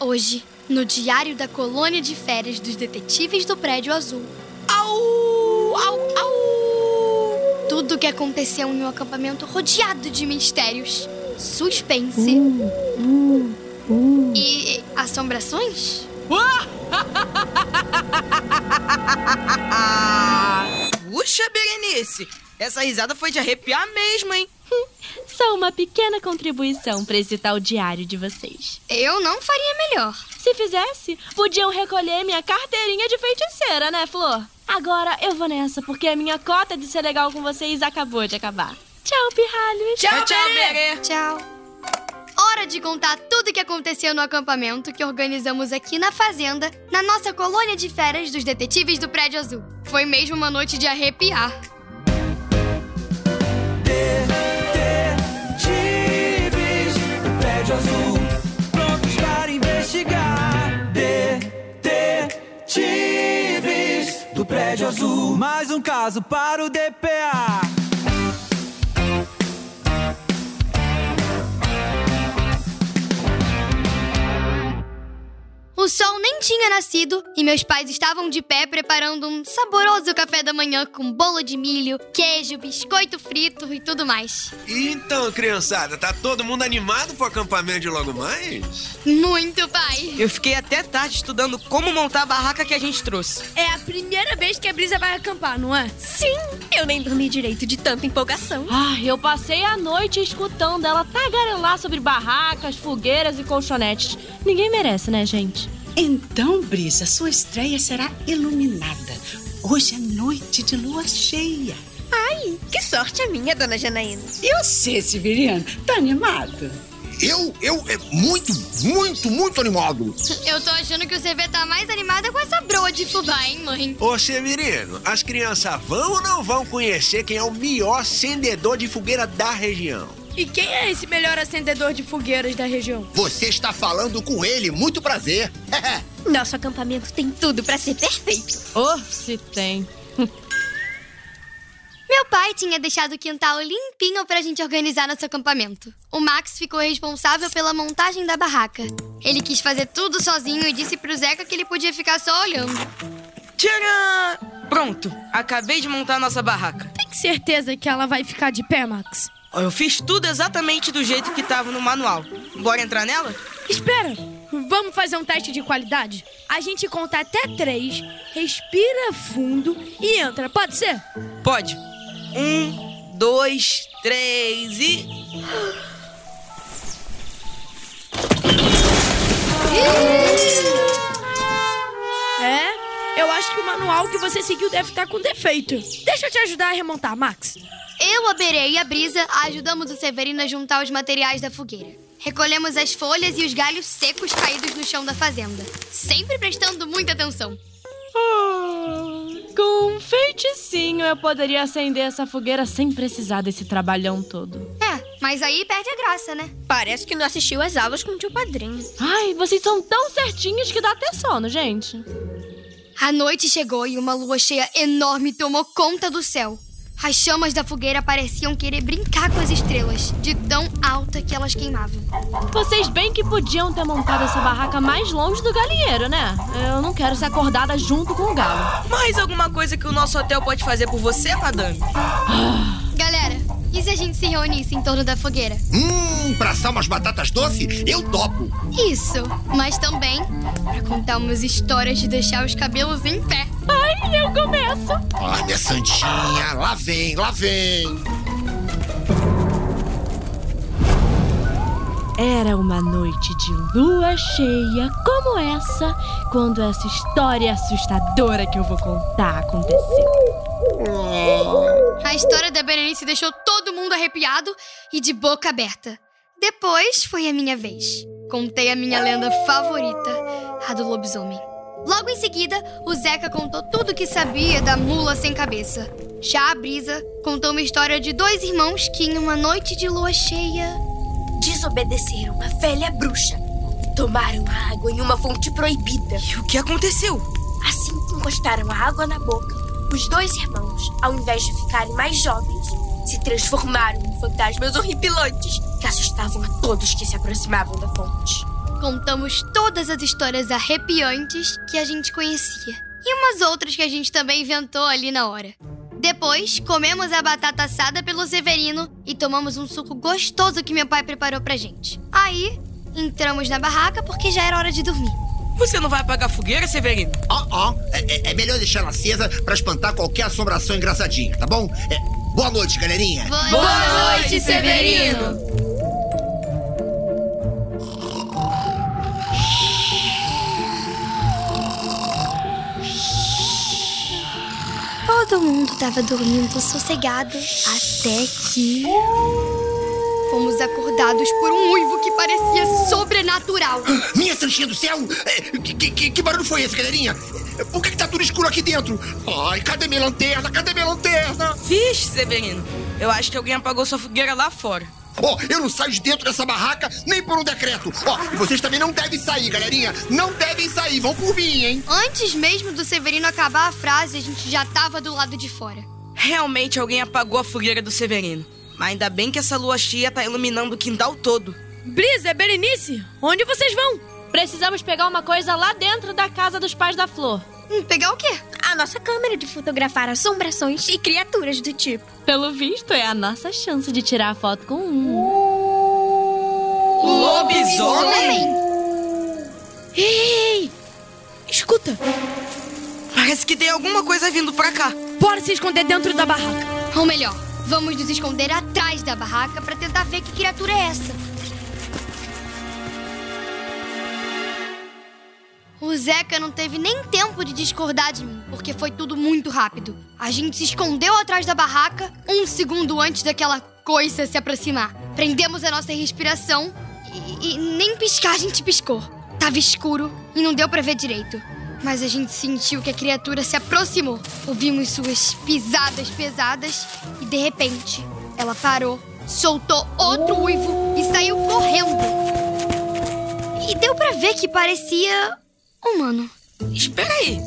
Hoje, no Diário da Colônia de Férias dos Detetives do Prédio Azul, Au! Au! Au! tudo o que aconteceu em um acampamento rodeado de mistérios, suspense e assombrações? Ah, Puxa, Berenice! Essa risada foi de arrepiar mesmo, hein? Só uma pequena contribuição para esse tal diário de vocês. Eu não faria melhor. Se fizesse, podiam recolher minha carteirinha de feiticeira, né, Flor? Agora eu vou nessa, porque a minha cota de ser legal com vocês acabou de acabar. Tchau, pirralhos! Tchau, tchau, Berê. Berê! Tchau. Hora de contar tudo o que aconteceu no acampamento que organizamos aqui na fazenda, na nossa colônia de férias dos detetives do Prédio Azul. Foi mesmo uma noite de arrepiar. Detetives do Prédio Azul, prontos para investigar. Detetives do Prédio Azul, mais um caso para o DPA. O sol nem tinha nascido e meus pais estavam de pé preparando um saboroso café da manhã com bolo de milho, queijo, biscoito frito e tudo mais. Então, criançada, tá todo mundo animado pro acampamento de logo mais? Muito, pai! Eu fiquei até tarde estudando como montar a barraca que a gente trouxe. É a primeira vez que a Brisa vai acampar, não é? Sim, eu nem dormi direito de tanta empolgação. Ah, eu passei a noite escutando ela tagarelar sobre barracas, fogueiras e colchonetes. Ninguém merece, né, gente? Então, Brisa, sua estreia será iluminada. Hoje é noite de lua cheia. Que sorte a minha, dona Janaína. E você, Sibiriano, tá animado? Eu, eu, é muito, muito, muito animado. Eu tô achando que o CV tá mais animada com essa broa de fubá, hein, mãe? Ô, Severino, as crianças vão ou não vão conhecer quem é o melhor acendedor de fogueira da região? E quem é esse melhor acendedor de fogueiras da região? Você está falando com ele, muito prazer. Nosso acampamento tem tudo pra ser perfeito. Oh, se tem. Meu pai tinha deixado o quintal limpinho pra gente organizar nosso acampamento. O Max ficou responsável pela montagem da barraca. Ele quis fazer tudo sozinho e disse pro Zeca que ele podia ficar só olhando. Tcharam! Pronto, acabei de montar a nossa barraca. Tem certeza que ela vai ficar de pé, Max? Ó, Eu fiz tudo exatamente do jeito que tava no manual. Bora entrar nela? Espera! Vamos fazer um teste de qualidade? A gente conta até três, respira fundo e entra, pode ser? Pode. Um, dois, três e. É? Eu acho que o manual que você seguiu deve estar com defeito. Deixa eu te ajudar a remontar, Max. Eu, a Bere e a Brisa ajudamos o Severino a juntar os materiais da fogueira. Recolhemos as folhas e os galhos secos caídos no chão da fazenda, sempre prestando muita atenção. Ah, Com um feiticinho eu poderia acender essa fogueira sem precisar desse trabalhão todo. É, mas aí perde a graça, né? Parece que não assistiu às aulas com o tio padrinho. Ai, vocês são tão certinhos que dá até sono, gente. A noite chegou e uma lua cheia enorme tomou conta do céu. As chamas da fogueira pareciam querer brincar com as estrelas, de tão alta que elas queimavam. Vocês bem que podiam ter montado essa barraca mais longe do galinheiro, né? Eu não quero ser acordada junto com o galo. Mais alguma coisa que o nosso hotel pode fazer por você, madame? Galera, e se a gente se reunisse em torno da fogueira? Hum, pra assar umas batatas doces, eu topo. Isso, mas também para contar umas histórias de deixar os cabelos em pé. Ai, eu começo! Ai, minha santinha, lá vem, lá vem. Era uma noite de lua cheia como essa, quando essa história assustadora que eu vou contar aconteceu. A história da Berenice deixou todo mundo arrepiado e de boca aberta. Depois foi a minha vez. Contei a minha lenda favorita, a do lobisomem. Logo em seguida, o Zeca contou tudo o que sabia da mula sem cabeça. Já a Brisa contou uma história de dois irmãos que, em uma noite de lua cheia. Desobedeceram a velha bruxa. Tomaram a água em uma fonte proibida. E o que aconteceu? Assim que encostaram a água na boca, os dois irmãos, ao invés de ficarem mais jovens, se transformaram em fantasmas horripilantes que assustavam a todos que se aproximavam da fonte. Contamos todas as histórias arrepiantes que a gente conhecia e umas outras que a gente também inventou ali na hora. Depois, comemos a batata assada pelo Severino e tomamos um suco gostoso que meu pai preparou pra gente. Aí, entramos na barraca porque já era hora de dormir. Você não vai apagar fogueira, Severino? Ó, ó, é, é- é melhor deixar ela acesa pra espantar qualquer assombração engraçadinha, tá bom? É, boa noite, galerinha. Boa noite, Severino! Todo mundo estava dormindo sossegado até que. Fomos acordados por um uivo que parecia sobrenatural. Minha santinha do céu! É, que, que- que- que barulho foi esse, galerinha? É, Por que, que tá tudo escuro aqui dentro? Ai, cadê minha lanterna? Cadê minha lanterna? Vixe, Severino. Eu acho que alguém apagou sua fogueira lá fora. Ó, eu não saio de dentro dessa barraca nem por um decreto. Ó, e vocês também não devem sair, galerinha. Não devem sair. Vão por mim, hein? Antes mesmo do Severino acabar a frase, a gente já estava do lado de fora. Realmente alguém apagou a fogueira do Severino. Mas ainda bem que essa lua cheia tá iluminando o quintal todo. Brisa, Berenice, onde vocês vão? Precisamos pegar uma coisa lá dentro da casa dos pais da Flor. Hum, pegar o quê? A nossa câmera de fotografar assombrações e criaturas do tipo. Pelo visto, é a nossa chance de tirar a foto com um. Homem! Escuta, Parece que tem alguma coisa vindo pra cá. bora se esconder dentro da barraca. Ou melhor, vamos nos esconder atrás da barraca para tentar ver que criatura é essa. O Zeca não teve nem tempo de discordar de mim, porque foi tudo muito rápido. A gente se escondeu atrás da barraca um segundo antes daquela coisa se aproximar. Prendemos a nossa respiração e, e nem piscar a gente piscou. Tava escuro e não deu pra ver direito. Mas a gente sentiu que a criatura se aproximou. Ouvimos suas pisadas pesadas e de repente ela parou, soltou outro uivo e saiu correndo. E deu pra ver que parecia humano. Espera aí.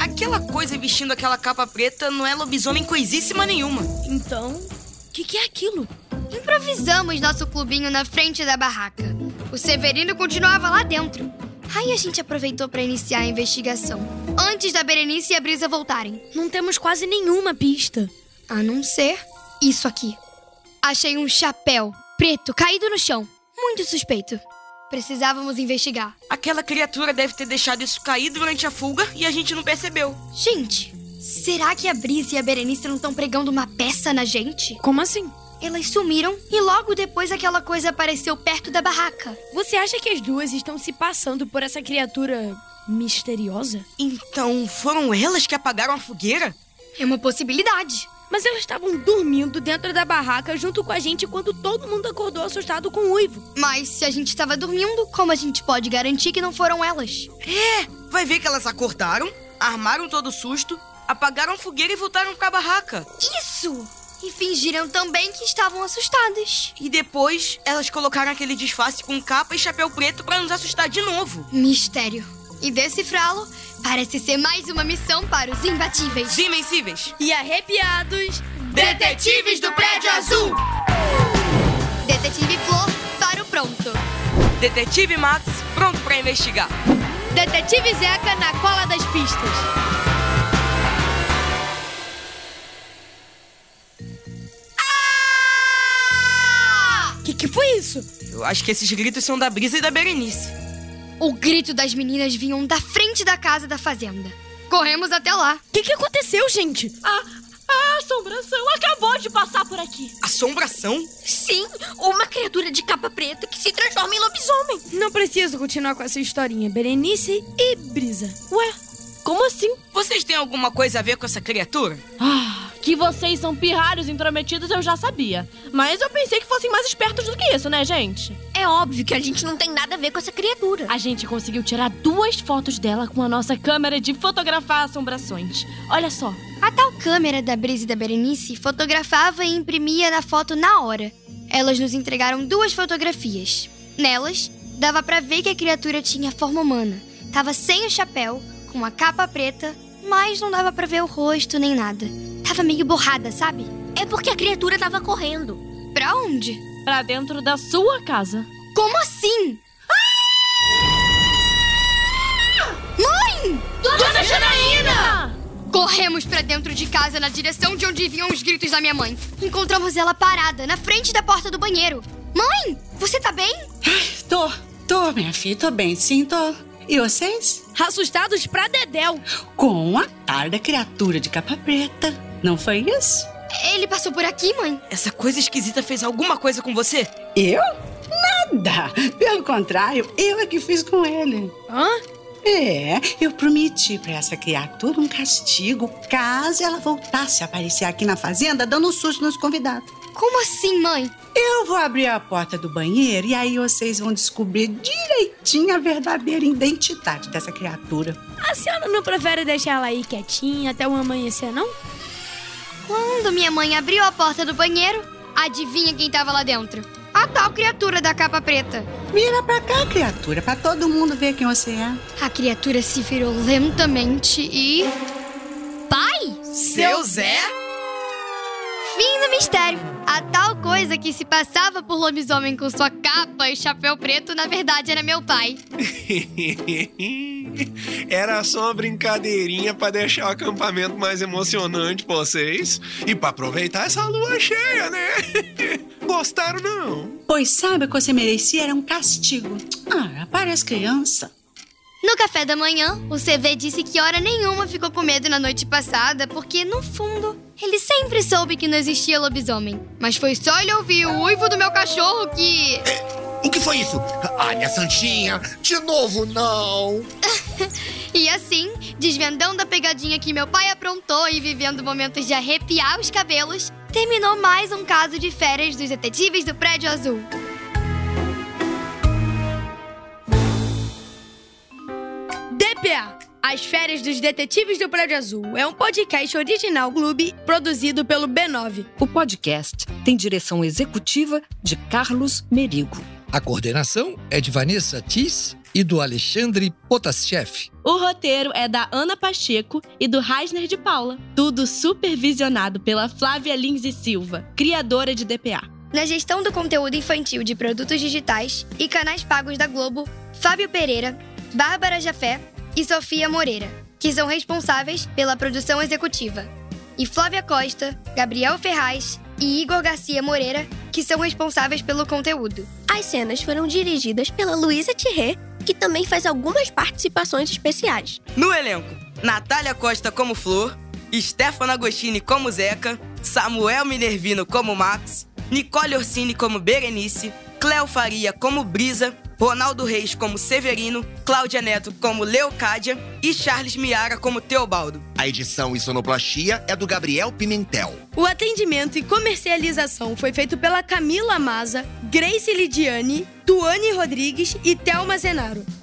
Aquela coisa vestindo aquela capa preta não é lobisomem coisíssima nenhuma. Então, o que, que é aquilo? Improvisamos nosso clubinho na frente da barraca. O Severino continuava lá dentro. Aí a gente aproveitou pra iniciar a investigação, antes da Berenice e a Brisa voltarem. Não temos quase nenhuma pista. A não ser isso aqui. Achei um chapéu preto caído no chão. Muito suspeito. Precisávamos investigar. Aquela criatura deve ter deixado isso cair durante a fuga e a gente não percebeu. Gente, será que a Brisa e a Berenice não estão pregando uma peça na gente? Como assim? Elas sumiram e logo depois aquela coisa apareceu perto da barraca. Você acha que as duas estão se passando por essa criatura misteriosa? Então, foram elas que apagaram a fogueira? É uma possibilidade. Mas elas estavam dormindo dentro da barraca junto com a gente quando todo mundo acordou assustado com o uivo. Mas se a gente estava dormindo, como a gente pode garantir que não foram elas? Vai ver que elas acordaram, armaram todo o susto, apagaram a fogueira e voltaram pra barraca. Isso! E fingiram também que estavam assustadas. E depois, elas colocaram aquele disfarce com capa e chapéu preto pra nos assustar de novo. Mistério. E decifrá-lo parece ser mais uma missão para os imbatíveis. Os Invencíveis. E arrepiados. Detetives do Prédio Azul! Detetive Flor, faro pronto. Detetive Max, pronto pra investigar. Detetive Zeca na cola das pistas. Ah! O que, que foi isso? Eu acho que esses gritos são da Brisa e da Berenice. O grito das meninas vinham da frente da casa da fazenda. Corremos até lá. O que, que aconteceu, gente? A, a assombração acabou de passar por aqui. Assombração? Sim, uma criatura de capa preta que se transforma em lobisomem. Não preciso continuar com essa historinha, Berenice e Brisa. Ué, como assim? Vocês têm alguma coisa a ver com essa criatura? Ah, que vocês são pirralhos intrometidos eu já sabia. Mas eu pensei que fossem mais espertos do que isso, né, gente? É óbvio que a gente não tem nada a ver com essa criatura. A gente conseguiu tirar duas fotos dela com a nossa câmera de fotografar assombrações. Olha só. A tal câmera da Brisa e da Berenice fotografava e imprimia na foto na hora. Elas nos entregaram duas fotografias. Nelas, dava pra ver que a criatura tinha forma humana. Tava sem o chapéu, com a capa preta, mas não dava pra ver o rosto nem nada. Tava meio borrada, sabe? É porque a criatura tava correndo. Pra onde? Pra dentro da sua casa. Como assim? Ah! Tá Corremos pra dentro de casa na direção de onde vinham os gritos da minha mãe. Encontramos ela parada, na frente da porta do banheiro. Mãe, você tá bem? Ai, tô, tô, minha filha, tô bem, sim, tô. E vocês? Assustados pra Dedéu. Com a tarda criatura de capa preta. Não foi isso? Ele passou por aqui, mãe. Essa coisa esquisita fez alguma coisa com você? Eu? Nada! Ah, Pelo contrário, eu é que fiz com ele. Hã? É, eu prometi pra essa criatura um castigo caso ela voltasse a aparecer aqui na fazenda dando um susto nos convidados. Como assim, mãe? Eu vou abrir a porta do banheiro e aí vocês vão descobrir direitinho a verdadeira identidade dessa criatura. A senhora não prefere deixar ela aí quietinha até o amanhecer, não? Quando minha mãe abriu a porta do banheiro, adivinha quem tava lá dentro? A tal criatura da capa preta. Vira pra cá, criatura, pra todo mundo ver quem você é. A criatura se virou lentamente e. Pai! Seu Zé? Fim do mistério! A tal coisa que se passava por lobisomem com sua capa e chapéu preto, na verdade era meu pai. Era só uma brincadeirinha pra deixar o acampamento mais emocionante pra vocês e pra aproveitar essa lua cheia, né? Gostaram não? Pois sabe o que você merecia era um castigo. Ah, para as crianças. No café da manhã, o CV disse que hora nenhuma ficou com medo na noite passada, porque, no fundo, ele sempre soube que não existia lobisomem. Mas foi só ele ouvir o uivo do meu cachorro que. O que foi isso? Ai, minha santinha, de novo não. E assim, desvendando a pegadinha que meu pai aprontou e vivendo momentos de arrepiar os cabelos, terminou mais um caso de férias dos detetives do Prédio Azul. DPA. As Férias dos Detetives do Prédio Azul é um podcast original Clube produzido pelo B9. O podcast tem direção executiva de Carlos Merigo. A coordenação é de Vanessa Tis e do Alexandre Potashev. O roteiro é da Ana Pacheco e do Reisner de Paula. Tudo supervisionado pela Flávia Lins e Silva, criadora de DPA. Na gestão do conteúdo infantil de produtos digitais e canais pagos da Globo, Fábio Pereira, Bárbara Jafé e Sofia Moreira, que são responsáveis pela produção executiva. E Flávia Costa, Gabriel Ferraz e Igor Garcia Moreira, que são responsáveis pelo conteúdo. As cenas foram dirigidas pela Luísa Thierry, que também faz algumas participações especiais. No elenco, Natália Costa como Flor, Stefano Agostini como Zeca, Samuel Minervino como Max, Nicole Orsini como Berenice, Cléo Faria como Brisa, Ronaldo Reis como Severino, Cláudia Neto como Leocádia e Charles Miara como Teobaldo. A edição e sonoplastia é do Gabriel Pimentel. O atendimento e comercialização foi feito pela Camila Maza, Grace Lidiane, Tuane Rodrigues e Thelma Zenaro.